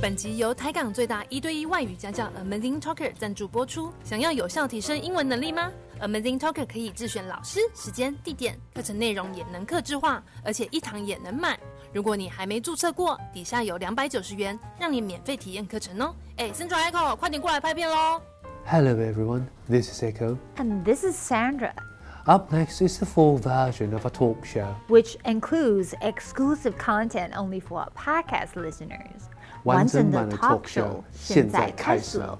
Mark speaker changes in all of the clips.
Speaker 1: 本集由台港最大一对一外语家教 Amazing Talker 赞助播出。想要有效提升英文能力吗？Amazing Talker 可以自选老师、时间、地点，课程内容也能客制化，而且一堂也能买。如果你还没注册过，底下有两百九十元让你免费体验课程哦。哎，Central Echo，快点过来拍片喽！
Speaker 2: Hello everyone, this is Echo.
Speaker 3: And this is Sandra,
Speaker 2: Up next is the full version of a talk show.
Speaker 3: which includes exclusive content only for our podcast listeners.
Speaker 2: 完整版的 talk show 现在开始
Speaker 3: 了
Speaker 2: 了。。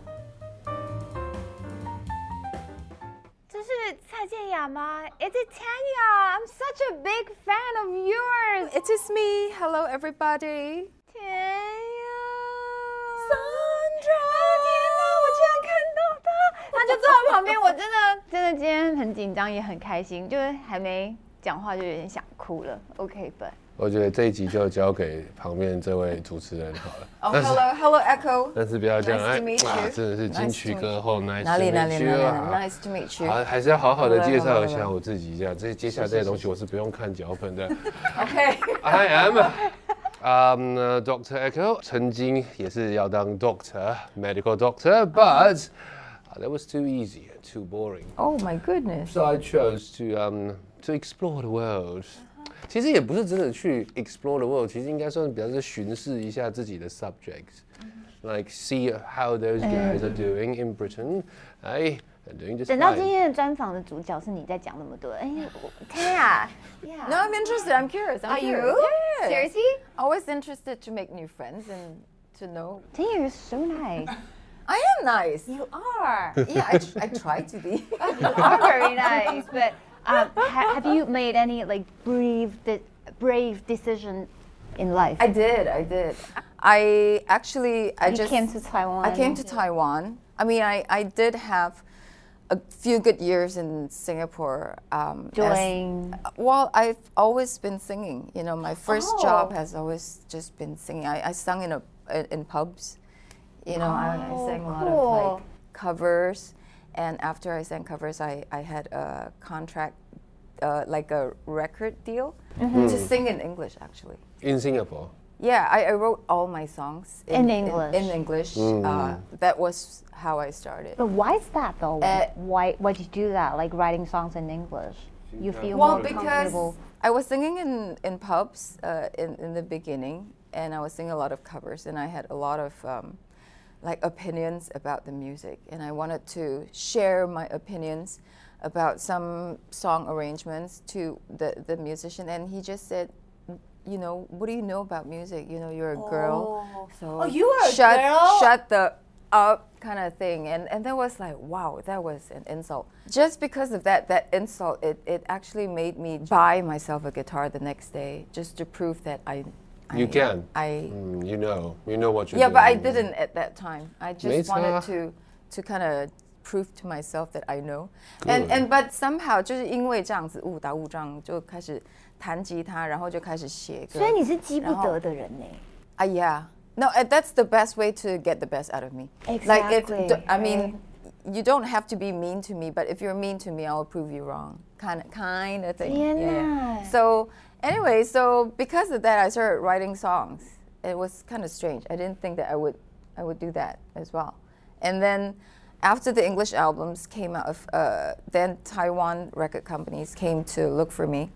Speaker 3: 这是蔡健雅吗？It's Tanya. I'm such a big fan of yours.
Speaker 4: It is me. Hello, everybody.
Speaker 3: 田呀
Speaker 4: Sandra
Speaker 3: 天哪，我居然看到他，他就坐在旁边，我真的真的今天很紧张，也很开心，就是还没讲话就有点想哭了。OK，本
Speaker 5: 我觉得这一集就交给旁边这位主持人好 了。
Speaker 4: Oh, hello, hello, Echo.
Speaker 5: 但是不要这样，
Speaker 4: Nice
Speaker 5: 哎
Speaker 4: to meet you
Speaker 5: 哇真的是金曲歌后 nice
Speaker 4: 哪
Speaker 5: to
Speaker 4: 里哪里
Speaker 5: meet
Speaker 4: 哪
Speaker 5: you
Speaker 4: 里
Speaker 5: 啊
Speaker 4: ，Nice to meet you.
Speaker 5: 好，还是要好好的介绍一
Speaker 4: Hello, hello,
Speaker 5: 下
Speaker 4: hello.
Speaker 5: 我自己，这样这接下来这些东西我是不用看脚本的。
Speaker 4: OK，
Speaker 5: I am 啊、um, Doctor Echo，曾经也是要当 Doctor，medical Doctor，but、that uh, was too easy, and too boring.
Speaker 4: Oh my goodness.
Speaker 5: So I chose to um to explore the world.
Speaker 2: Uh-huh.
Speaker 5: 其实也不是真的去 explore the world，其实应该算比较是巡视一下自己的 subjects, like see how those
Speaker 2: Uh-huh。
Speaker 5: guys are doing in Britain. I am doing just
Speaker 3: 等到今
Speaker 5: fine.
Speaker 3: 天的专访的主角是你在讲那么多，哎，我天啊
Speaker 4: No,
Speaker 3: ，Yeah，Are
Speaker 4: I'm interested. I'm curious. I'm curious.
Speaker 3: you
Speaker 4: Yes.
Speaker 3: seriously？
Speaker 4: Always interested to make new friends and to know.
Speaker 3: 田雅 you're so nice.
Speaker 4: I am nice.
Speaker 3: You are.
Speaker 4: Yeah, I, tr- I try to be.
Speaker 3: You are very nice, but um, ha- have you made any like brave de- brave decision in life?
Speaker 4: I did. I did. I actually I
Speaker 3: You
Speaker 4: just
Speaker 3: came to Taiwan.
Speaker 4: I came to Taiwan. I mean, I, I did have a few good years in Singapore. Um, as-
Speaker 3: Doing-
Speaker 4: well, I've always been singing. You know, my first job
Speaker 3: Oh.
Speaker 4: has always just been singing. I, I sung in a in pubs. You know, I, I sang a lot of
Speaker 3: Oh, cool.
Speaker 4: like covers, and after I sang covers, I, I had a contract, uh, like a record deal,
Speaker 3: Mm-hmm.
Speaker 4: to sing in English actually.
Speaker 5: In Singapore,
Speaker 4: Yeah, I, I wrote all my songs
Speaker 3: In English.
Speaker 4: In, English, uh, that was how I started.
Speaker 3: But why is that though?
Speaker 4: Uh,
Speaker 3: why why did you do that? Like writing songs in English, you feel
Speaker 4: Well,
Speaker 3: more
Speaker 4: because
Speaker 3: comfortable.
Speaker 4: I was singing in, in pubs uh, in, in the beginning, and I was singing a lot of covers, and I had a lot of um, like opinions about the music, and I wanted to share my opinions about some song arrangements to the, the musician, and he just said, you know, what do you know about music? You know, you're a girl, so
Speaker 3: Oh. you are a
Speaker 4: shut
Speaker 3: girl?
Speaker 4: shut the up kind of thing, and and that was like, wow, that was an insult. Just because of that that insult, it it actually made me buy myself a guitar the next day just to prove that I. I
Speaker 5: you can.
Speaker 4: I
Speaker 5: Mm, you know, you know what you.
Speaker 4: yeah, but I didn't at that time. I just
Speaker 5: Mesa.
Speaker 4: wanted to to kind of prove to myself that I know. And and but somehow 就是因为这样子误打误撞就开始弹吉他，然后就开始写歌。
Speaker 3: 所以你是记不
Speaker 4: 然后
Speaker 3: 得的人呢、
Speaker 4: 啊、yeah. No, uh, that's the best way to get the best out of me.
Speaker 3: Exactly,
Speaker 4: d- I mean, you don't have to be mean to me, but if you're mean to me, I'll prove you wrong. Kind of, kind of thing.
Speaker 3: Diana.
Speaker 4: So, anyway, so because of that, I started writing songs. It was kind of strange. I didn't think that I would, I would do that as well. And then, after the English albums came out, of, uh, then Taiwan record companies came to look for me.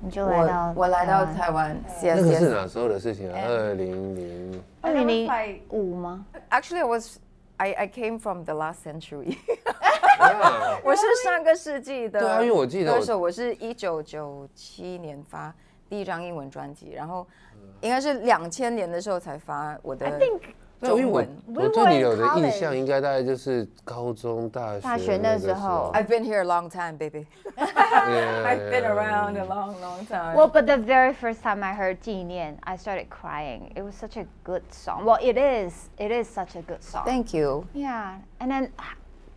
Speaker 3: 你就来
Speaker 4: 然后
Speaker 3: 到台湾。
Speaker 4: 我我来到台湾，
Speaker 5: 那个
Speaker 4: yes,
Speaker 5: 是
Speaker 4: yes.
Speaker 5: 哪时候的事情啊？二零 零
Speaker 3: 二零
Speaker 4: And I
Speaker 3: 零
Speaker 4: was like-
Speaker 3: 五吗？
Speaker 4: Actually, I was. I, I came from the last century.
Speaker 5: 啊
Speaker 4: 我是上个世纪的歌手。
Speaker 5: 对啊因为我记得我
Speaker 4: 我是一九九七年发第一张英文专辑，然后应该是两千年的时候才发我的
Speaker 3: I think
Speaker 5: 那因为
Speaker 4: 中
Speaker 5: 我
Speaker 4: 文。
Speaker 5: 我对你有
Speaker 3: We were
Speaker 5: 的
Speaker 3: in
Speaker 5: 印象，应该大概就是高中、大学
Speaker 3: 大学那时候
Speaker 4: I've been here a long time, baby. I've been around a long, long time.
Speaker 3: Well, but the very first time I heard 纪念 I started crying. It was such a good song. Well, it is. It is such a good song.
Speaker 4: thank you.
Speaker 3: yeah. And then h-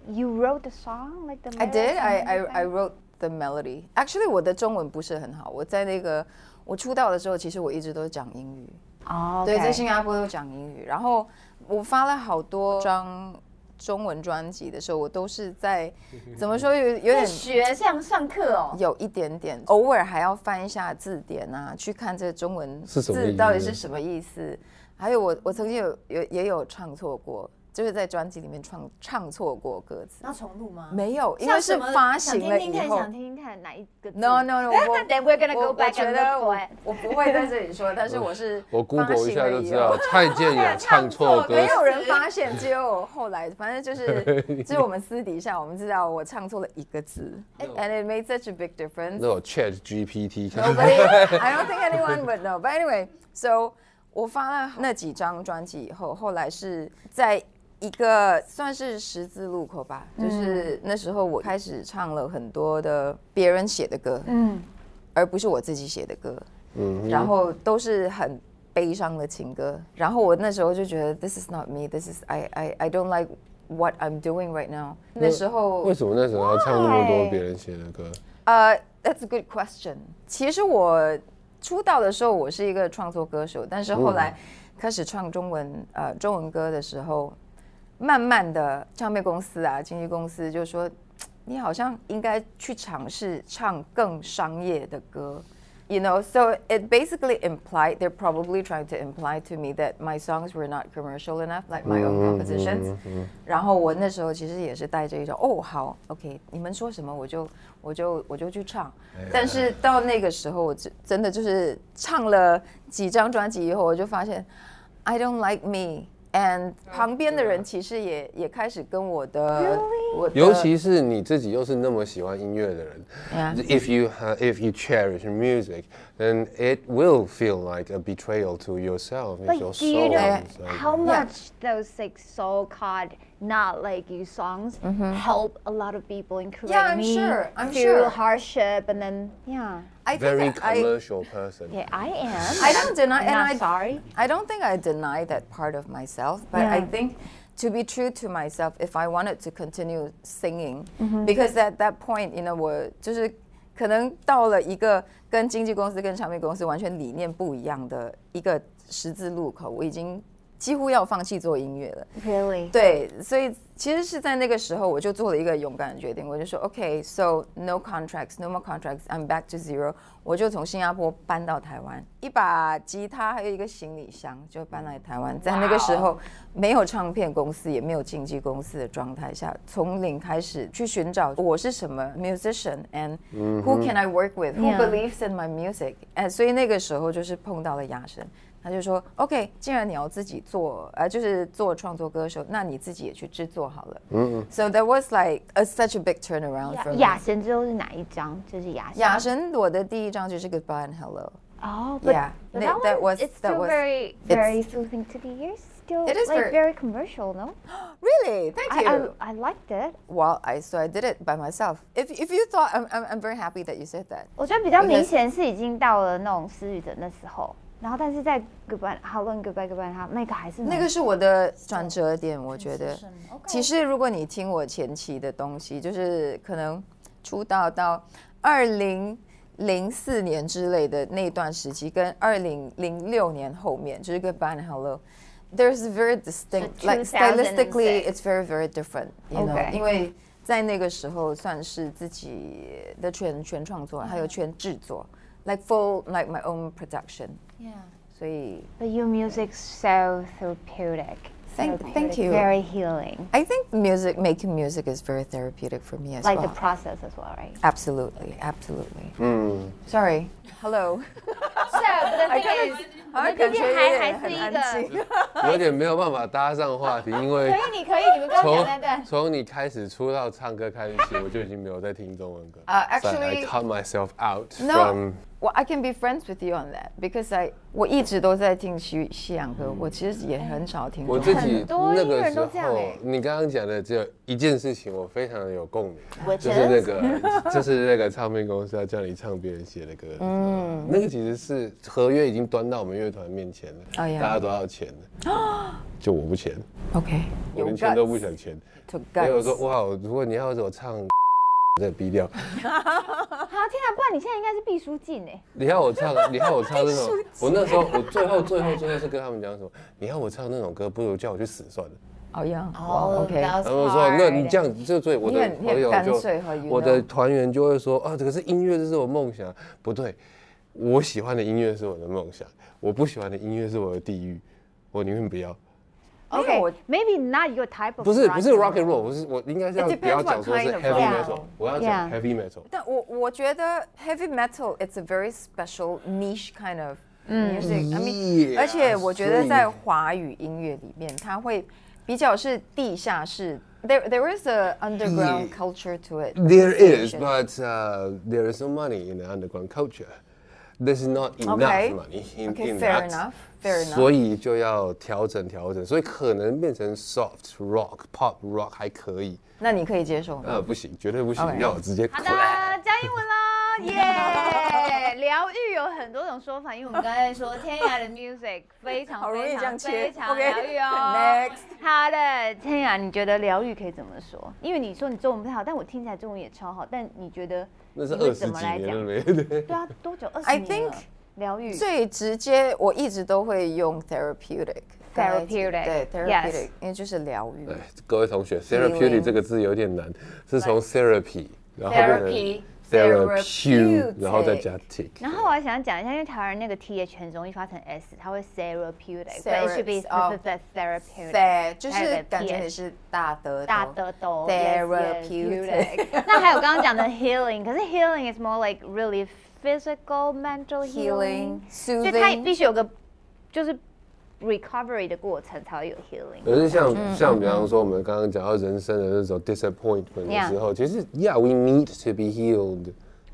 Speaker 3: you wrote the song, like the
Speaker 4: I did.
Speaker 3: lyrics and
Speaker 4: I, I, I
Speaker 3: everything?
Speaker 4: wrote the melody. Actually，我的中文不是很好。我在那个我出道的时候，其实我一直都讲英语。
Speaker 3: 哦，
Speaker 4: 对，在新加坡都讲英语。然后我发了好多张中文专辑的时候，我都是在怎么说
Speaker 6: 嗯
Speaker 4: 有有点
Speaker 3: 学像上课哦。
Speaker 4: 有一点点，偶尔还要翻一下字典啊，去看这中文
Speaker 5: 是什么意
Speaker 4: 字
Speaker 5: 思
Speaker 4: 到底是什么意思。还有我我曾经有有也有唱错过，就是在专辑里面唱唱错过歌词，
Speaker 6: 要重录吗？
Speaker 4: 没有，因
Speaker 6: 像
Speaker 4: 为
Speaker 6: 什
Speaker 4: 是
Speaker 6: 么
Speaker 4: 发
Speaker 6: 想听
Speaker 4: 行了
Speaker 6: 听
Speaker 4: 以
Speaker 6: 看
Speaker 4: 后
Speaker 6: 想。
Speaker 3: 听看哪一个字
Speaker 4: No no no，我
Speaker 3: Then we're gonna
Speaker 4: 我
Speaker 3: go
Speaker 4: 我
Speaker 3: back
Speaker 4: 觉
Speaker 3: and
Speaker 4: 得
Speaker 3: look
Speaker 4: 我
Speaker 3: for it.
Speaker 4: 我不会在这里说，但是我是
Speaker 5: 我 Google 一下就知道
Speaker 4: 发行了以后，
Speaker 5: 蔡健雅唱错歌
Speaker 4: 没
Speaker 5: 词。
Speaker 4: 有人发现，只有我后来，反正就是，就是我们私底下我们知道我唱错了一个字，and it made such a big difference。
Speaker 5: 那我 Chat GPT 看
Speaker 4: Nobody, I don't think anyone would know. But anyway, so 我发了那几张专辑以后，后来是在一个算是十字路口吧，就是那时候我开始唱了很多的别人写的歌，嗯，而不是我自己写的歌，嗯，然后都是很。悲伤的情歌，然后我那时候就觉得 This is not me, This is I I I don't like what I'm doing right now。那时候
Speaker 5: 为什么那时候要唱那么多别人写的歌？
Speaker 4: 呃、t h a t s a good question。其实我出道的时候，我是一个创作歌手，但是后来开始唱中文呃中文歌的时候，慢慢的唱片公司啊、经纪公司就说，你好像应该去尝试唱更商业的歌。You know, so it basically implied they're probably trying to imply to me that my songs were not commercial enough, like my own
Speaker 5: Mm-hmm,
Speaker 4: compositions. 然后我那时候其实也是带着一种哦，好，OK，你们说什么我就我就我就去唱。但是到那个时候，我真真的就是唱了几张专辑以后，我就发现 I don't like me。and 旁边的人其实也也开始跟我的，我的
Speaker 5: 尤其是你自己又是那么喜欢音乐的人
Speaker 4: Yeah.
Speaker 5: ，if you ha- if you cherish music, then it will feel like a betrayal to yourself, and your
Speaker 3: But do you
Speaker 5: soul.
Speaker 3: know
Speaker 5: It's like-
Speaker 3: how much those like so-called not like you songs help a lot of people in Korea?
Speaker 4: Mm-hmm. I'm
Speaker 3: me
Speaker 4: sure, I'm
Speaker 3: through
Speaker 4: sure.
Speaker 3: hardship and then yeah.
Speaker 4: I think
Speaker 5: very
Speaker 4: I-
Speaker 5: commercial person.
Speaker 3: Yeah, I am.
Speaker 4: I don't deny, and
Speaker 3: not
Speaker 4: I
Speaker 3: sorry.
Speaker 4: I don't think I deny that part of myself, but I think to be true to myself, if I wanted to continue singing,
Speaker 3: Mm-hmm.
Speaker 4: because at that point, you know, 我就是可能到了一个跟经纪公司、跟唱片公司完全理念不一样的一个十字路口，我已经几乎要放弃做音乐了。
Speaker 3: Really?
Speaker 4: 对，所以其实是在那个时候，我就做了一个勇敢的决定，我就说，OK，so、no contracts, no more contracts, I'm back to zero。我就从新加坡搬到台湾，一把吉他还有一个行李箱就搬来台湾。在那个时候，没有唱片公司，也没有经纪公司的状态下，从零开始去寻找我是什么 musician and who can I work with, who
Speaker 3: Yeah.
Speaker 4: believes in my music。哎，所以那个时候就是碰到了雅神。他就说：“OK，既然你要自己做，呃，就是做创作歌手，那你自己也去制作好了。”嗯 So that was like a, such a big turnaround for me.
Speaker 3: 雅神之后是哪一张？就是雅神。
Speaker 4: 雅神，我的第一张就是 Goodbye and Hello。
Speaker 3: Oh, but
Speaker 4: Yeah,
Speaker 3: but
Speaker 4: that-
Speaker 3: that,
Speaker 4: that
Speaker 3: one,
Speaker 4: was-
Speaker 3: it's
Speaker 4: that
Speaker 3: still
Speaker 4: was-
Speaker 3: very
Speaker 4: it's-
Speaker 3: very soothing to the ears. Still,
Speaker 4: It is very-
Speaker 3: like very, commercial, no?
Speaker 4: Really? Thank
Speaker 3: I,
Speaker 4: you.
Speaker 3: I I liked it.
Speaker 4: well, I so I did it by myself. If if you thought I'm I'm, I'm very happy that you said that.
Speaker 3: 我觉得比较
Speaker 4: Because-
Speaker 3: 明显是已经到了那种失语者那时候，然后但是在 Goodbye Hello Goodbye Goodbye 他那个还是蛮
Speaker 4: 那个是我的转折点，我觉得。其
Speaker 6: 实
Speaker 4: 实如果你听我前期的东西，就是可能出道到二零零四年之类的那段时期，跟二零零六年后面，就是跟 Ban Hello。There's very distinct,
Speaker 3: So
Speaker 4: like stylistically,
Speaker 3: 2006
Speaker 4: it's very, very different. You know,
Speaker 3: Okay
Speaker 4: 因为在那个时候算是自己的全全创作，还有全制作，like full, like my own production.
Speaker 6: Yeah.
Speaker 4: 所以
Speaker 3: But your music's so therapeutic.
Speaker 4: Thank-
Speaker 3: Therapeutic,
Speaker 4: thank you.
Speaker 3: Very healing.
Speaker 4: I think music, making music is very therapeutic for me as
Speaker 3: Like
Speaker 4: well.
Speaker 3: the process as well, right?
Speaker 4: Absolutely, absolutely.
Speaker 5: Hmm.
Speaker 4: Sorry. Hello.
Speaker 6: 是啊，但那个
Speaker 4: 好像
Speaker 3: 毕
Speaker 4: 感
Speaker 3: 竟
Speaker 4: 觉有
Speaker 3: 还
Speaker 4: 点
Speaker 3: 还
Speaker 4: 很
Speaker 3: 是一
Speaker 4: 安
Speaker 3: 个
Speaker 4: 静。
Speaker 5: 有点没有办法搭上话题，因为
Speaker 6: 你可以，你们刚刚
Speaker 5: 从
Speaker 6: 讲那段，
Speaker 5: 从你开始出道唱歌开始起，我就已经没有在听中文歌。
Speaker 4: Uh,
Speaker 5: So I
Speaker 4: actually-
Speaker 5: cut myself out
Speaker 4: No.
Speaker 5: from
Speaker 4: Well, I can be friends with you on that because I 我一直都在听西西洋歌，我其实也很少听中
Speaker 5: Hmm. 我
Speaker 4: 文。
Speaker 5: 自己
Speaker 3: 多
Speaker 5: 那
Speaker 3: 艺
Speaker 5: 个
Speaker 3: 人
Speaker 5: 时
Speaker 3: 都这样
Speaker 5: 候
Speaker 3: 欸，
Speaker 5: 你刚刚讲的只有一件事情，我非常的有共鸣，就是那个， 就是那个唱片公司要叫你唱别人写的歌，嗯，那个其实是合约已经端到我们乐团面前了，
Speaker 3: 哦
Speaker 4: 哎呀
Speaker 5: 大家都要签的， 就我不签，
Speaker 4: OK，
Speaker 5: 我连签都不想签，
Speaker 4: to
Speaker 5: 所以我说
Speaker 4: guts。
Speaker 5: 哇，如果你要是我唱这低调，
Speaker 3: 好，天啊，不然你现在应该是毕书尽哎。
Speaker 5: 你要我 唱，你要我唱那种，我那时候我最后最后最后是跟他们讲什么，你要我唱那种歌，不如叫我去死算了。
Speaker 4: 哦呀，哇
Speaker 3: Oh,
Speaker 6: 哦
Speaker 4: OK。
Speaker 5: 然后说，那你这样子就所以我
Speaker 4: 你
Speaker 5: 的
Speaker 4: 很你很
Speaker 5: 朋友
Speaker 4: 干脆和
Speaker 5: 就，
Speaker 4: 娱乐
Speaker 5: 我的团员就会说，啊，这个是音乐，这是我梦想。不对，我喜欢的音乐是我的梦想，我不喜欢的音乐是我的地狱。我宁愿不要。
Speaker 3: Okay,
Speaker 4: 我
Speaker 3: maybe not your type of
Speaker 5: 不是不是 rock
Speaker 3: rock
Speaker 5: and
Speaker 3: and
Speaker 5: roll，我是我应该是
Speaker 4: It
Speaker 5: 要不
Speaker 4: depends
Speaker 5: 要讲说是
Speaker 4: what kind of
Speaker 5: heavy
Speaker 4: rock.
Speaker 5: metal，我要讲
Speaker 3: Yeah.
Speaker 5: heavy metal。
Speaker 4: 但我我觉得 heavy metal it's a very special niche kind of music、I mean，、
Speaker 5: Yeah，
Speaker 4: 而且我觉得在
Speaker 5: 所以
Speaker 4: 华语音乐里面，它会比较是地下室。There there is a underground
Speaker 5: Yeah.
Speaker 4: culture to it.
Speaker 5: There is,
Speaker 4: Association.
Speaker 5: but uh, there is no money in the underground culture. There's not enough
Speaker 4: Okay.
Speaker 5: money in,
Speaker 4: Okay,
Speaker 5: in
Speaker 4: fair
Speaker 5: that.
Speaker 4: enough, fair enough.
Speaker 5: 所以就要调整调整，所以可能变成 soft rock、pop rock 还可以，
Speaker 4: 那你可以接受吗？
Speaker 3: Oh。
Speaker 5: 呃，不行，绝对不行
Speaker 4: Okay.
Speaker 5: 要我直接
Speaker 3: 好
Speaker 5: crack。
Speaker 3: 的，呃教英文啦， 耶！疗愈有很多种说法，因为我们刚才说天涯的 music 非常
Speaker 4: 好容易
Speaker 3: 非
Speaker 4: 这样
Speaker 3: 常
Speaker 4: 切
Speaker 3: 非常
Speaker 4: OK，
Speaker 3: 疗愈哦。好的，天涯，你觉得疗愈可以怎么说？因为你说你中文不太好，但我听起来中文也超好，但你觉得
Speaker 5: 那是
Speaker 3: 你会
Speaker 5: 二十
Speaker 3: 怎么
Speaker 5: 几
Speaker 3: 来
Speaker 5: 年
Speaker 3: 讲
Speaker 5: 了没？ 对
Speaker 3: 对啊，多久？二
Speaker 4: I
Speaker 3: 十年了
Speaker 4: think
Speaker 3: 疗愈
Speaker 4: 最直接，我一直都会用 therapeutic 跟他一起。
Speaker 3: Therapeutic，
Speaker 4: 对
Speaker 3: yes
Speaker 4: therapeutic，因为就是疗愈。
Speaker 5: 哎各位同学，therapeutic 这个字有点难，是从 therapy，然后变
Speaker 6: Therapy，
Speaker 5: 成
Speaker 4: therapeutic
Speaker 5: therapy，然后再加 tick。
Speaker 3: 然后我还想讲一下，因为台湾那个 T H 很容易发成 S，它会 therapeutic，所以
Speaker 4: Thera-
Speaker 3: it should be
Speaker 4: 哦
Speaker 3: therapeutic。
Speaker 4: 对，就
Speaker 3: 还有
Speaker 4: 是
Speaker 3: 个
Speaker 4: 感觉
Speaker 3: TH
Speaker 4: 你是大得
Speaker 3: 大
Speaker 4: 头
Speaker 3: 得抖
Speaker 4: Therapeutic
Speaker 3: 那还有刚刚讲的 healing，可是 healing is more like really physical mental healing，
Speaker 4: healing
Speaker 3: 所以它
Speaker 4: soothing。
Speaker 3: 必须有个就是 recovery 的过程才会有 healing。
Speaker 5: 可是像、像比方说我们刚刚讲到人生的那种 disappointment 的
Speaker 3: Yeah.
Speaker 5: 时候，其实 yeah we need to be healed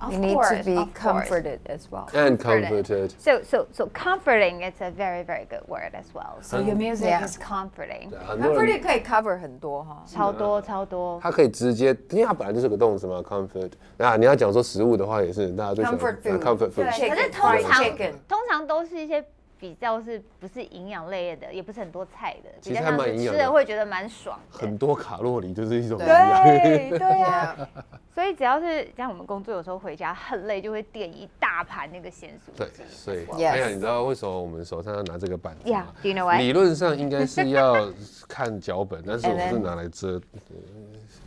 Speaker 4: You need to be comforted as well.
Speaker 5: and
Speaker 3: Comforted.
Speaker 5: comforted。
Speaker 3: So so so comforting is a very very good word as well. So your music
Speaker 4: Yeah.
Speaker 3: is comforting，
Speaker 5: 很多
Speaker 4: Comforted
Speaker 5: 人
Speaker 4: 可以 cover 很多哈。
Speaker 3: 超多超多。
Speaker 5: 他可以直接，因为它本来就是个动词嘛，comfort。那你要讲说食物的话，也是大家最喜欢
Speaker 4: Comfort food
Speaker 5: 啊 comfort
Speaker 4: 对
Speaker 5: food。
Speaker 3: 可是
Speaker 4: Chicken,
Speaker 3: 通
Speaker 4: fried
Speaker 3: 常
Speaker 4: chicken
Speaker 3: 通常都是一些比较是不是营养类的，也不是很多菜的，
Speaker 5: 其
Speaker 3: 比
Speaker 5: 实
Speaker 3: 较
Speaker 5: 还
Speaker 3: 像
Speaker 5: 蛮
Speaker 3: 是
Speaker 5: 营养
Speaker 3: 吃
Speaker 5: 的
Speaker 3: 了会觉得蛮爽的。
Speaker 5: 很多卡路里就是一种
Speaker 4: 对
Speaker 5: 营养。
Speaker 3: 对对啊，
Speaker 4: Yeah.
Speaker 3: 所以只要是像我们工作有时候回家很累，就会点一大盘那个咸酥
Speaker 5: 对
Speaker 3: 鸡。，
Speaker 5: 所以
Speaker 4: Yes
Speaker 5: 哎呀，你知道为什么我们手上要拿这个板子吗
Speaker 3: Yeah，do you know why？
Speaker 5: 理论上应该是要看脚本，但是我
Speaker 4: And
Speaker 5: 是
Speaker 4: then-
Speaker 5: 拿来遮。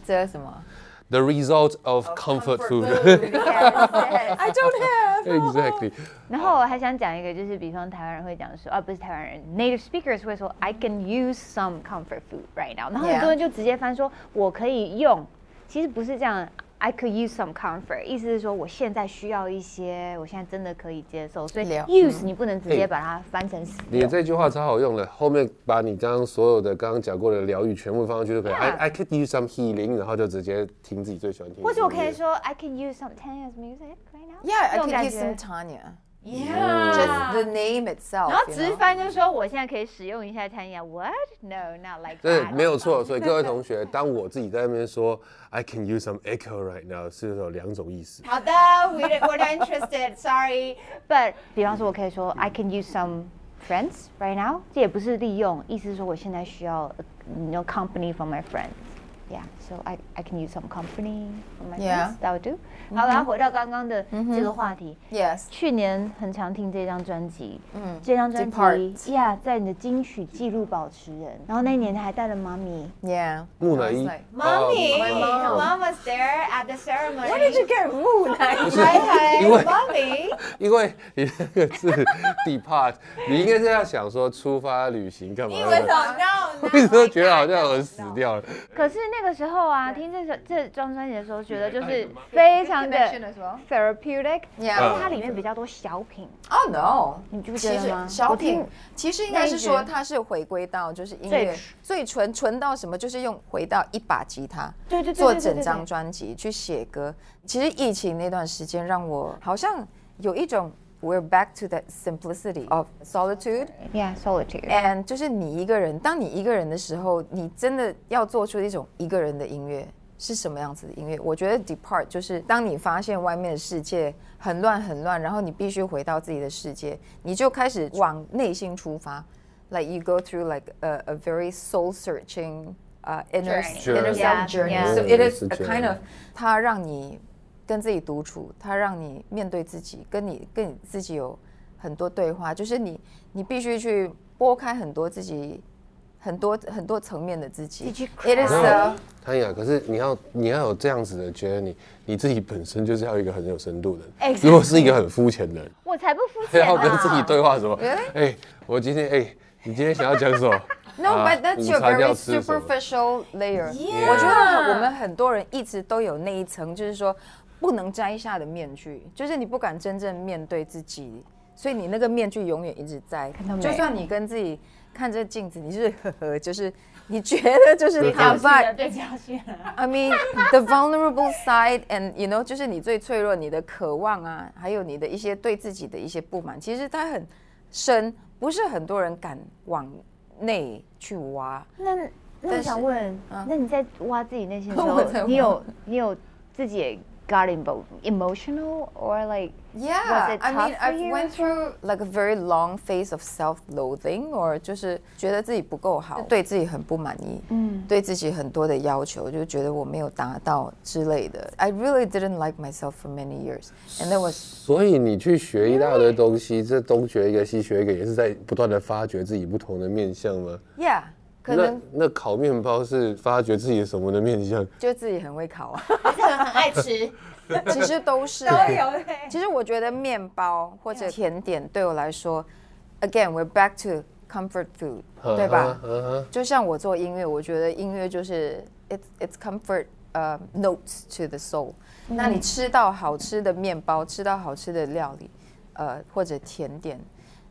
Speaker 4: 这是什么
Speaker 5: The result of comfort food.
Speaker 4: ？I don't have.
Speaker 5: Exactly.
Speaker 3: 然后我还想讲一个，就是比方台湾人会讲说，啊，不是台湾人，native speakers 会说 I can use some comfort food right now，然后
Speaker 4: Yeah.
Speaker 3: 很多人就直接翻说我可以用，其实不是这样。I could use some comfort，意思是说我现在需要一些，我现在真的可以接受，所以
Speaker 4: 了嗯
Speaker 3: use 你不能直接
Speaker 5: 嘿
Speaker 3: 把它翻成使
Speaker 5: 你
Speaker 3: 用。
Speaker 5: 这句话超好用的，后面把你刚刚所有的刚刚讲过的疗愈全部放上去就可以。I
Speaker 3: Yeah.
Speaker 5: I could use some healing，然后就直接听自己最喜欢听的音乐。
Speaker 3: 或者我可以说 I can use some Tanya's music right now。
Speaker 4: Yeah, I
Speaker 3: 这种
Speaker 4: could
Speaker 3: 感
Speaker 4: use
Speaker 3: 觉
Speaker 4: some Tanya. Just
Speaker 3: Yeah.
Speaker 4: the name itself.
Speaker 3: 然后
Speaker 4: you
Speaker 3: 直
Speaker 4: know?
Speaker 3: 翻就说我现在可以使用一下 Tanya。What? No, not like
Speaker 5: 对，
Speaker 3: that。
Speaker 5: 没有错。所以各位同学，当我自己在那边说 I can use some echo right now，是有两种意思。
Speaker 3: 好的，we we're not interested. Sorry. But 比方说，我可以说 I can use some friends right now。这也不是利用，意思是说我现在需要嗯 you know company from my friends。Yeah, so I I can use some company from my
Speaker 4: Yeah. 嗯
Speaker 3: friends. That will do. 好，然后回到刚刚的这个话题。
Speaker 4: Yes.
Speaker 3: 去年很常听这张专辑，嗯，这张专辑
Speaker 4: Depart
Speaker 3: ，Yeah，在你的金曲纪录保持人，然后那一年还带了妈咪，
Speaker 4: Yeah.
Speaker 5: 木乃伊啊
Speaker 4: I was like,，
Speaker 5: Mommy，
Speaker 4: My mom
Speaker 3: was there at the ceremony.
Speaker 4: Where did you get 木乃伊？
Speaker 5: 因为
Speaker 3: Mommy.
Speaker 5: 因为你那个字 depart，你应该是要想说出发旅行干嘛的嘛？
Speaker 4: no.
Speaker 5: 为什么觉得好像有人死掉了？
Speaker 3: 可是那个时候啊，听这首这张专辑的时候，觉得就是非常的
Speaker 4: as well.
Speaker 3: therapeutic，
Speaker 4: Yeah.
Speaker 3: 但是它里面比较多小品，
Speaker 4: Oh no！
Speaker 3: 你不
Speaker 4: 其
Speaker 3: 觉得
Speaker 4: 实
Speaker 3: 吗
Speaker 4: 小
Speaker 3: 我听
Speaker 4: 品其实应该是说它是回归到就是音乐最纯纯到什么，就是用回到一把吉他，
Speaker 3: 对对对对
Speaker 4: 做
Speaker 3: 对
Speaker 4: 整
Speaker 3: 对
Speaker 4: 张
Speaker 3: 对
Speaker 4: 专辑去写歌。其实疫情那段时间让我好像有一种 we're back to that simplicity of solitude。
Speaker 3: ，Yeah solitude。
Speaker 4: And 就是你一个人，当你一个人的时候，你真的要做出一种一个人的音乐是什么样子的音乐？我觉得 depart 就是当你发现外面的世界很乱很乱，然后你必须回到自己的世界，你就开始往内心出发，like you go through like a, a very soul searching uh, inner
Speaker 5: Journey.
Speaker 4: inner
Speaker 3: Yeah,
Speaker 4: self journey.
Speaker 3: yeah.
Speaker 4: So it is a
Speaker 5: It's a
Speaker 4: kind of
Speaker 5: journey.
Speaker 4: 它让你跟自己独处，它让你面对自己，跟你跟你自己有很多对话，就是你你必须去拨开很多自己很多很多层面的自己。
Speaker 3: Did you
Speaker 4: It is a
Speaker 5: 汤雅，可是你要你要有这样子的觉得你你自己本身就是要一个很有深度的人。如 果是一个很肤浅的人，
Speaker 3: 我才不肤
Speaker 5: 他
Speaker 3: 浅
Speaker 5: 要跟自己
Speaker 3: 啊！
Speaker 5: 对话什么？哎，我今天哎。你今天想要讲什么？
Speaker 4: No,
Speaker 5: 啊
Speaker 4: but that's your
Speaker 5: 午餐
Speaker 4: very
Speaker 5: 要吃什么
Speaker 4: superficial layer.
Speaker 6: Yeah.
Speaker 4: 我觉得我们很多人一直都有那一层，就是说不能摘下的面具，就是你不敢真正面对自己，所以你那个面具永远一直在
Speaker 3: 到。没
Speaker 4: 就算你跟自己看着镜子，你就是呵呵，就是你觉得就是
Speaker 5: 对
Speaker 4: but
Speaker 6: 对焦去了。
Speaker 4: I mean, the vulnerable side and you know，就是你最脆弱、你的渴望啊，还有你的一些对自己的一些不满，其实它很深，不是很多人敢往内去挖。
Speaker 3: 那那我
Speaker 4: 但
Speaker 3: 想
Speaker 4: 是
Speaker 3: 问，那你在挖自己内心的时
Speaker 4: 我在
Speaker 3: 候，你
Speaker 4: 挖
Speaker 3: 有你有自己也 got involved emotional or like Was
Speaker 4: Yeah,
Speaker 3: it
Speaker 4: I
Speaker 3: tough
Speaker 4: mean,
Speaker 3: for
Speaker 4: I've
Speaker 3: you
Speaker 4: went through like a very long phase of self-loathing, or 就是觉得自己不够好，对自己很不满意，嗯，对自己很多的要求，就觉得我没有达到之类的。I really didn't like myself for many years, and that was
Speaker 5: 所以你去学一大堆东西，这东学一个西学一个，也是在不断的发掘自己不同的面相吗？
Speaker 4: yeah，可
Speaker 5: 那
Speaker 4: 能
Speaker 5: 那烤面包是发掘自己什么的面相？
Speaker 4: 就自己很会烤啊，
Speaker 6: 还是很很爱吃，
Speaker 4: 其实都是
Speaker 6: 都有嘞。
Speaker 4: 其实我觉得面包或者甜点对我来说，again we're back to comfort food，对吧？
Speaker 5: 嗯哼？
Speaker 4: 就像我做音乐，我觉得音乐就是 it's it's comfort 呃、notes to the soul、那你吃到好吃的面包，吃到好吃的料理，呃或者甜点，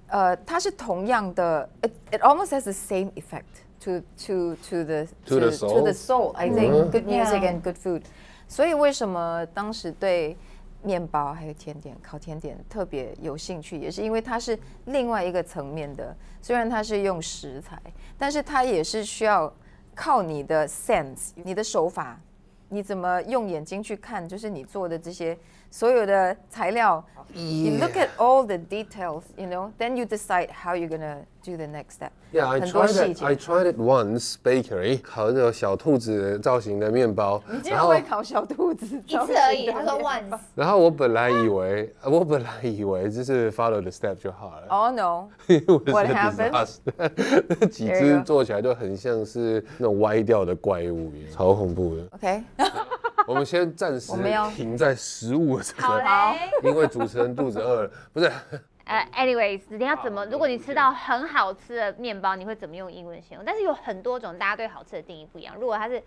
Speaker 4: 呃它是同样的，it it almost has the same effect to to to the
Speaker 5: To the
Speaker 4: to
Speaker 5: soul
Speaker 4: the soul I think、good
Speaker 5: Mm-hmm.
Speaker 4: music and good food。所以为什么当时对面包还有甜点、烤甜点特别有兴趣，也是因为它是另外一个层面的。虽然它是用食材，但是它也是需要靠你的 sense、你的手法，你怎么用眼睛去看，就是你做的这些所有的材料。You look at all the details, you know, then you decide how you're gonna do the next step.
Speaker 5: Yeah, I
Speaker 4: 很多
Speaker 5: tried
Speaker 4: 细
Speaker 5: it. I
Speaker 4: 节。
Speaker 5: tried it once bakery，烤那种小兔子造型的面包，
Speaker 4: 你竟
Speaker 5: 然
Speaker 4: 然
Speaker 5: 后
Speaker 4: 会烤小兔子，
Speaker 6: 一次而 已，他说 once，
Speaker 5: 然后我本来以为，呃我本来以为就是 follow the step 就好 了。
Speaker 4: Oh no！
Speaker 5: 因为我是
Speaker 4: What happened?
Speaker 5: disaster，那 几
Speaker 4: There you
Speaker 5: 只
Speaker 4: go.。
Speaker 5: 做起来都很像是那种歪掉的怪物一样，超恐怖的
Speaker 4: OK，
Speaker 5: 我们先暂时
Speaker 4: 我们要
Speaker 5: 停在食物这
Speaker 6: 好
Speaker 5: 个，
Speaker 6: 嘞。
Speaker 5: 因为主持人肚子饿了，不是。
Speaker 3: Uh,
Speaker 7: 呃、a n y w a y s 你要怎么？如果你吃到很好吃的面包，你会怎么用英文形容？但是有很多种，大家对好吃的定义不一样。如果它是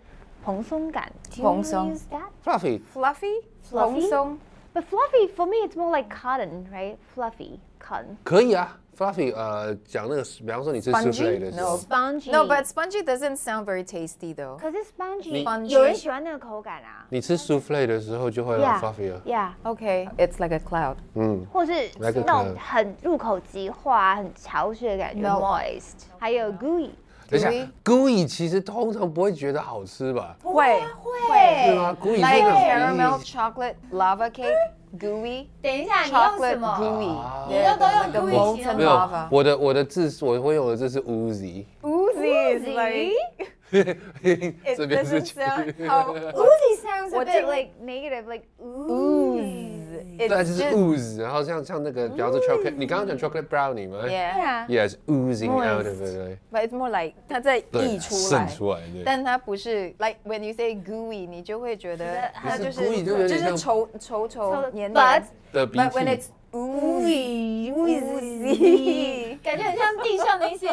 Speaker 7: 蓬松感，do you
Speaker 4: 蓬松
Speaker 7: use that？
Speaker 5: Fluffy，
Speaker 4: fluffy，蓬松。
Speaker 7: But fluffy for me, it's more like cotton, right? Fluffy cotton,
Speaker 5: 可以啊，Fluffy，呃，讲那个，比方说你吃
Speaker 4: Spongy？
Speaker 5: souffle 的时
Speaker 4: No
Speaker 5: 候，
Speaker 7: spongy.
Speaker 4: No, but spongy doesn't sound very tasty though.
Speaker 7: 可是 spongy，
Speaker 4: Spongy
Speaker 7: 有人喜欢那个口感啊。
Speaker 5: 你吃 souffle 的时候就会有 Fluffy 啊。
Speaker 7: Yeah，
Speaker 4: Okay, it's like a cloud.
Speaker 5: 嗯，
Speaker 7: 或是那
Speaker 5: 那个
Speaker 7: 种很入口即化、很潮湿的感觉
Speaker 4: No
Speaker 7: ，moist，还有 gooey。
Speaker 5: 等一下
Speaker 4: gooey
Speaker 5: ，gooey 其实通常不会觉得好吃吧？
Speaker 4: 会
Speaker 5: 对
Speaker 4: 会
Speaker 5: 吗？gooey 是
Speaker 4: like
Speaker 5: 那种
Speaker 4: caramel chocolate lava cake gooey
Speaker 6: 等一下，你用什
Speaker 4: chocolate
Speaker 6: 么？
Speaker 4: gooey，
Speaker 5: 啊
Speaker 6: 你都都用
Speaker 4: the
Speaker 6: gooey 形
Speaker 4: molten
Speaker 5: 没有
Speaker 4: lava。
Speaker 5: 我的我的字是我会用的字是 oozy，
Speaker 4: Oozy is like
Speaker 5: 这
Speaker 4: it
Speaker 5: 边是
Speaker 4: doesn't
Speaker 5: 去
Speaker 4: sound how
Speaker 6: Uzi sounds a
Speaker 7: 我
Speaker 6: bit
Speaker 7: bit
Speaker 6: like
Speaker 7: like negative, like ooh.
Speaker 4: ooze.
Speaker 5: 对，
Speaker 4: It's
Speaker 5: 就是
Speaker 4: just
Speaker 5: ooze，然后像像那个，比方说 chocolate，你刚刚讲 chocolate brownie 吗
Speaker 4: yeah,
Speaker 7: Yeah.
Speaker 5: ？Yes, oozing out of it，
Speaker 4: Moist
Speaker 5: 对
Speaker 4: but it's more like 它在
Speaker 5: 对，
Speaker 4: 溢出
Speaker 5: 渗
Speaker 4: 来。
Speaker 5: 出来，对。
Speaker 4: 但它不是，like when you say gooey，你就会觉 得它
Speaker 5: 是
Speaker 4: 就是
Speaker 5: gooey，就有点
Speaker 4: 就是
Speaker 5: 像
Speaker 4: 稠稠稠黏黏
Speaker 6: But-。
Speaker 5: 的鼻
Speaker 4: But when
Speaker 5: 涕
Speaker 4: it's oozy, oozy,
Speaker 6: 感觉很像地上的一些，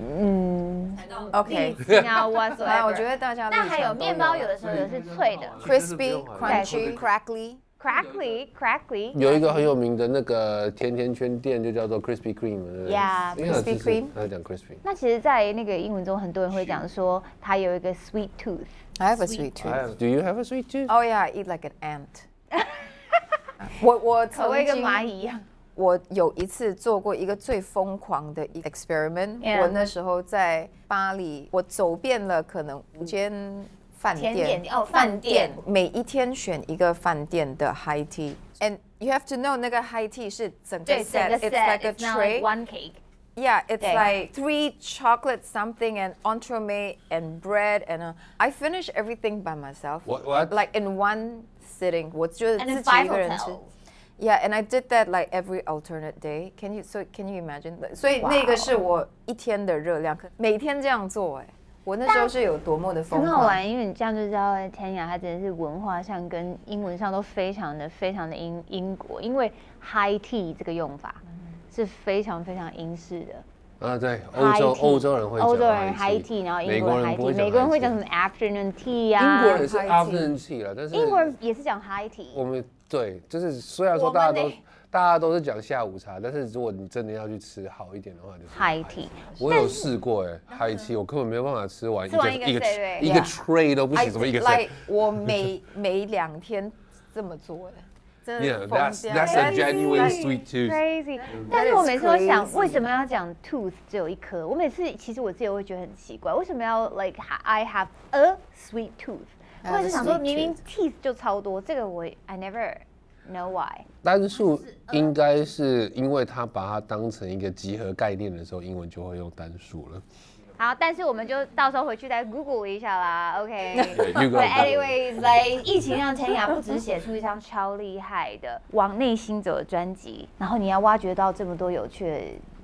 Speaker 6: 嗯
Speaker 4: ，OK，
Speaker 7: 啊 w h a t s
Speaker 4: 那
Speaker 7: e
Speaker 4: 我觉得大家
Speaker 7: 那还有
Speaker 4: 立场都
Speaker 7: 面包，有的时候有的是脆的
Speaker 4: crispy, crunchy,
Speaker 7: Okay
Speaker 4: crackly。
Speaker 7: ，crackly, crackly。
Speaker 5: 有一个很有名的那个甜甜圈店，就叫做 Krispy Kreme，对不对
Speaker 7: Yeah，
Speaker 5: 因为它就是
Speaker 4: Krispy Kreme
Speaker 5: 它讲 Krispy。
Speaker 7: 那其实，在那个英文中，很多人会讲说它有一个 sweet tooth。
Speaker 4: I have a sweet
Speaker 5: I
Speaker 4: tooth.
Speaker 5: have- Do you have a sweet tooth？
Speaker 4: Oh yeah, I eat like an ant. 我我
Speaker 7: 口
Speaker 4: 曾
Speaker 7: 味跟
Speaker 4: 经
Speaker 7: 蚂蚁一样，
Speaker 4: 我有一次做过一个最疯狂的一 experiment。
Speaker 7: Yeah
Speaker 4: 我那时候在巴黎，我走遍了可能五间饭
Speaker 6: 甜
Speaker 4: 店
Speaker 6: 点，哦，饭店，
Speaker 4: 每一天选一个饭店的 high tea。And you have to know 那个 high tea 是整个
Speaker 7: 对，整个
Speaker 4: set，it's like a
Speaker 7: set，it's not like
Speaker 4: tray。
Speaker 7: one cake。
Speaker 4: Yeah, it's
Speaker 6: Okay.
Speaker 4: like three chocolate something and entremet and bread and uh, I finish everything by myself.
Speaker 5: What- what?
Speaker 4: Like in one sitting.
Speaker 6: and then five hotels。
Speaker 4: Yeah, and I did that like every alternate day. Can you so can you imagine? 所以那个是我一天的热量，可每天这样做哎、我那时候是有多么的疯
Speaker 7: 很
Speaker 4: 狂。
Speaker 7: 好玩，因为你这样就知道天涯它真的是文化上跟英文上都非常的非常的英嗯英国，因为 high tea 这个用法是非常非常英式的。
Speaker 5: 啊，对，欧洲
Speaker 3: high tea
Speaker 5: 欧洲人会讲
Speaker 3: 欧洲人
Speaker 5: high
Speaker 3: high
Speaker 5: tea
Speaker 3: tea，然后
Speaker 5: 美
Speaker 3: 英
Speaker 5: 国
Speaker 3: 国
Speaker 5: 人
Speaker 3: 人 high
Speaker 5: 不会
Speaker 3: tea，
Speaker 5: 讲
Speaker 3: 美国人
Speaker 5: high
Speaker 3: 会讲
Speaker 5: tea
Speaker 3: 什么 afternoon tea 呀、
Speaker 5: 英国人是
Speaker 4: high
Speaker 5: afternoon tea 了，但是
Speaker 7: 啊英国人也是讲 high tea，
Speaker 5: 我们对，就是虽然说
Speaker 7: 我们
Speaker 5: 大家都
Speaker 7: 呢
Speaker 5: 大家都是讲下午茶，但是如果你真的要去吃好一点的话，就是
Speaker 7: high tea
Speaker 5: 我有试过哎，海奇我根本没有办法吃完
Speaker 7: 吃完一个
Speaker 5: 一个
Speaker 7: set，
Speaker 5: 一个
Speaker 4: yeah
Speaker 5: tray 都不行，怎么一个 set？
Speaker 4: like 我每每两天这么做哎，真的
Speaker 5: Yeah,
Speaker 4: 是疯
Speaker 5: that's
Speaker 4: 掉
Speaker 5: that's a genuine sweet tooth.
Speaker 7: crazy。但是
Speaker 4: That is
Speaker 7: 我每次都想，
Speaker 4: crazy
Speaker 7: 为什么要讲 tooth 只有一颗？我每次其实我自己也会觉得很奇怪，为什么要 like ha- I have a sweet tooth？
Speaker 4: I
Speaker 7: 或
Speaker 4: have a
Speaker 7: 者是想说
Speaker 4: sweet
Speaker 7: 明明
Speaker 4: tooth
Speaker 7: teeth 就超多，这个我 I never know why。
Speaker 5: 单数应该是因为他把它当成一个集合概念的时候，英文就会用单数了。
Speaker 7: 好，但是我们就到时候回去再 Google 一下啦，OK。
Speaker 5: 对 you go.
Speaker 7: But anyways，来，疫情让陈雅不只是写出一张超厉害的往内心走的专辑，然后你要挖掘到这么多有趣的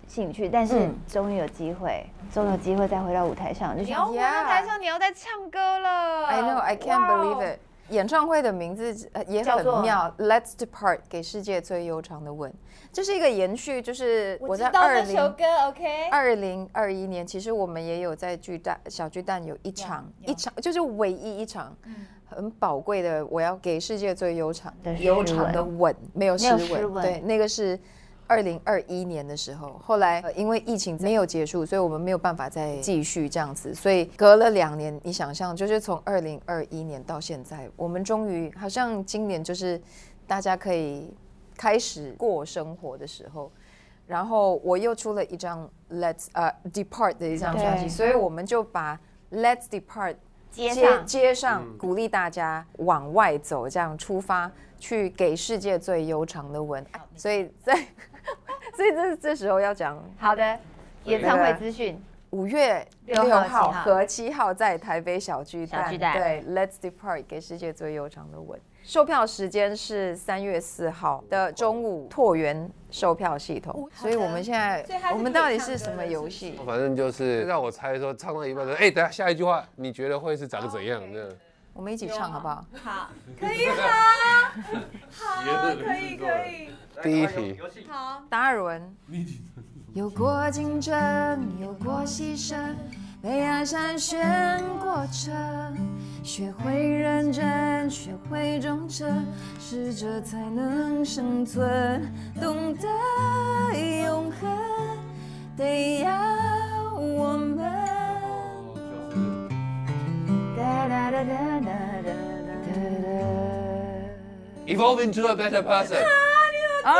Speaker 7: 兴趣，但是终于有机会，终于有机会再回到舞台上，就你想要
Speaker 3: Oh,
Speaker 7: 回到
Speaker 4: Yeah
Speaker 7: 台上，你要再唱歌了。
Speaker 4: I know, I can't believe
Speaker 7: Wow
Speaker 4: it。演唱会的名字呃也
Speaker 7: 叫做
Speaker 4: 很妙，Let's Depart，给世界最悠长的吻。这是一个延续，就是我在
Speaker 6: 知道
Speaker 4: 二
Speaker 6: 那首
Speaker 4: 零
Speaker 6: 歌，OK。
Speaker 4: 二零二一年，其实我们也有在巨蛋小巨蛋有一场一场，就是唯一一场很宝贵的，我要给世界最悠长
Speaker 7: 的
Speaker 4: 悠
Speaker 7: 诗
Speaker 4: 长的
Speaker 7: 文
Speaker 4: 吻，没有
Speaker 7: 没
Speaker 4: 诗
Speaker 7: 有诗
Speaker 4: 吻，
Speaker 7: 文
Speaker 4: 对，那个是。二零二一年的时候，后来、呃因为疫情没有结束，所以我们没有办法再继续这样子，所以隔了两年，你想象就是从二零二一年到现在，我们终于好像今年就是大家可以开始过生活的时候，然后我又出了一张 Let's 呃、Depart 的一张专辑，
Speaker 7: 对
Speaker 4: 所以我们就把 Let's Depart
Speaker 7: 接
Speaker 4: 接
Speaker 7: 上
Speaker 4: 接上，鼓励大家往外走，这样出发去给世界最悠长的吻。所以在 所以这这时候要讲
Speaker 7: 好的演唱会资讯，
Speaker 4: 五月
Speaker 7: 六
Speaker 4: 六
Speaker 7: 号七
Speaker 4: 号
Speaker 7: 号
Speaker 4: 和七号在台北小巨蛋，
Speaker 7: 小巨蛋
Speaker 4: 对，Let's Depart 给世界最悠长的吻。售票时间是三月四号的中午，拓元售票系统。所以我们现在
Speaker 6: 哦所以它，是
Speaker 4: 我们到底是什么游戏？
Speaker 5: 反正就是让我猜说，唱到一半说，哎、等下下一句话，你觉得会是长怎
Speaker 6: 哦
Speaker 5: 样？这样
Speaker 4: 我们一起
Speaker 6: 啊
Speaker 4: 唱好不好？
Speaker 6: 好，可以好，好，可以可以，
Speaker 5: 第一题，
Speaker 6: 好。
Speaker 4: 达尔文。有过竞争，有过牺牲，被爱筛选过程，学会认真，学会忠诚，适者才能生 存，懂得永恒，得要我们。哒哒哒哒哒哒哒
Speaker 5: evolve into a better person。
Speaker 4: 哒。啊！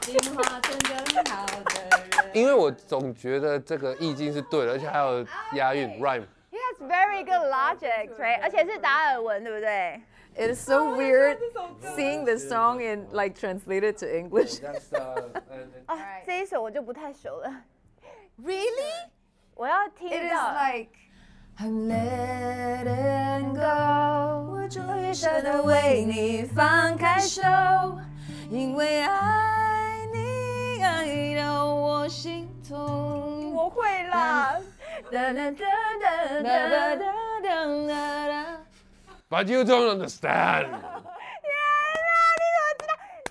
Speaker 6: 进化成更好的人。
Speaker 5: 因为我总觉得这个意境是对的，而且还有押
Speaker 6: 啊
Speaker 5: 韵 rhyme。
Speaker 7: That's very good logic，right？而且是达尔文，对不对？
Speaker 4: It's so weird seeing the song in like translated to English.
Speaker 6: uh,
Speaker 7: 啊，这一首我就不太熟了，
Speaker 4: Really?
Speaker 7: 我要听
Speaker 4: It is
Speaker 7: 到。
Speaker 4: like I'm letting go，我终于舍得为你放开手，因为爱你爱到我心痛。
Speaker 6: 我会啦，哒哒哒哒
Speaker 4: 哒
Speaker 6: 哒
Speaker 4: 哒
Speaker 6: 哒。
Speaker 4: 哒哒哒哒
Speaker 5: But you don't understand。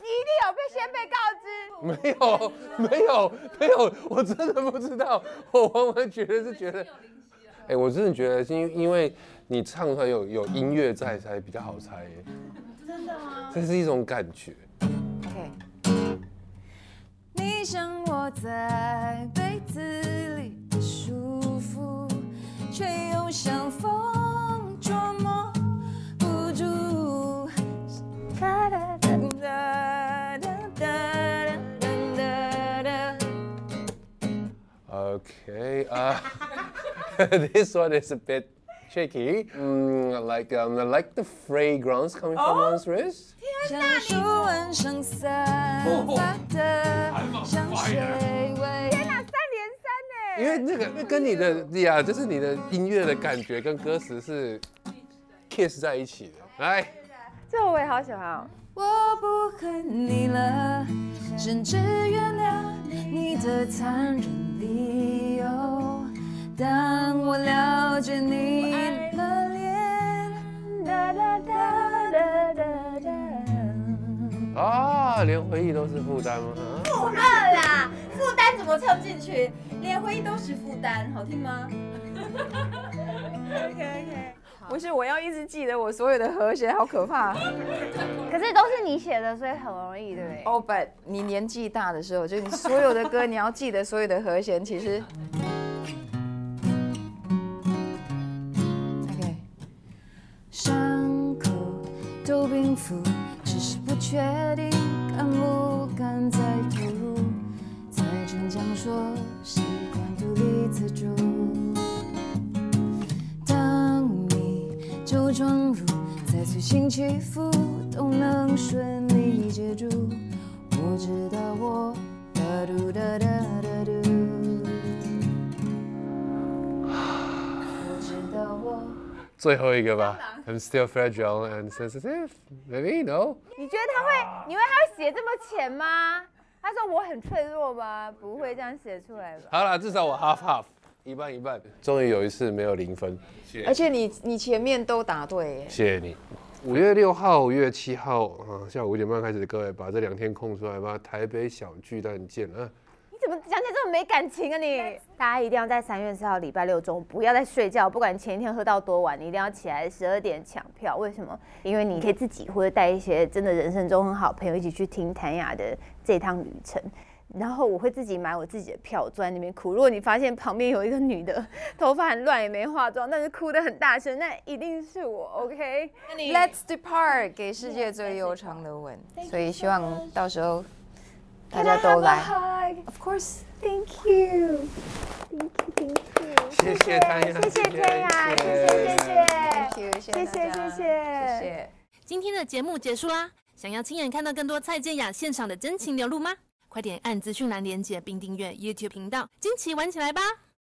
Speaker 7: 你一定有被先被告知。
Speaker 5: 没有，没有，没有，我真的不知道，我完完全全是觉 得，哎、我真的觉得是因为因为你唱出来有有音乐在才比较好猜耶。真的吗？这是一种感觉。
Speaker 4: OK。你像窝在被子里的舒服，却又像风捉摸不住。哒哒哒哒哒哒哒哒
Speaker 5: Okay, uh, this one is a bit tricky. Mm, like um, like the fragrance coming from one's wrist.
Speaker 4: 像树纹上散发的香水味。
Speaker 5: 因为那个那跟你的呀，就是你的音乐的感觉跟歌词是 kiss 在一起的。来，
Speaker 7: 这我也好喜欢哦。
Speaker 4: 我不恨你了，甚至原谅你的残忍理由。当我了解你的脸，哒哒哒哒哒哒。
Speaker 5: 啊，连回忆都是负担吗？
Speaker 7: 负二啦，负担
Speaker 8: 怎么唱进去？连回忆都是负担，好听吗？OK OK，
Speaker 4: 不是，我要一直记得我所有的和弦，好可怕。
Speaker 3: 可是都是你写的，所以很容易，对不对？
Speaker 4: 哦，不，你年纪大的时候，就你所有的歌，你要记得所有的和弦，其实。OK，伤口都冰敷，只是不确定敢不敢再投入，才逞强说习惯独立自主。当你就装入在最新起伏都能顺利接住，我知道我哒嘟哒哒哒嘟，我知道我。
Speaker 5: 最后一个吧，I'm still fragile and sensitive, maybe no。
Speaker 3: 你觉得他会，你以为他会写这么浅吗？他说我很脆弱吗？不会这样写出来吧？
Speaker 5: 好啦，至少我 half half，一半一半。终于有一次没有零分，
Speaker 4: 而且你你前面都答对耶，
Speaker 5: 谢谢你。五月六号、五月七号啊，下午五点半开始，各位把这两天空出来吧。台北小巨蛋见啊！
Speaker 3: 你怎么讲起来这么没感情啊你？大家一定要在三月四号礼拜六中午不要再睡觉，不管前一天喝到多晚，你一定要起来十二点抢票。为什么？因为你可以自己或者带一些真的人生中很好朋友一起去听谭雅的这趟旅程。然后我会自己买我自己的票，我坐在那边哭。如果你发现旁边有一个女的，头发很乱也没化妆，但是哭得很大声，那一定是我，OK？
Speaker 8: 那你
Speaker 4: Let's depart，给世界最悠长的吻。所以希望到时候大家都来。Of course，
Speaker 3: Thank you, thank you, thank you，
Speaker 5: 谢谢谭雅
Speaker 3: 谢谢天雅，谢谢谢
Speaker 4: 谢谢
Speaker 3: 谢。谢谢
Speaker 4: 大家
Speaker 3: 谢谢
Speaker 4: 谢谢。
Speaker 1: 今天的节目结束啦！想要亲眼看到更多蔡健雅现场的真情流露吗？快点按资讯栏连接并订阅 YouTube 频道，惊奇玩起来吧！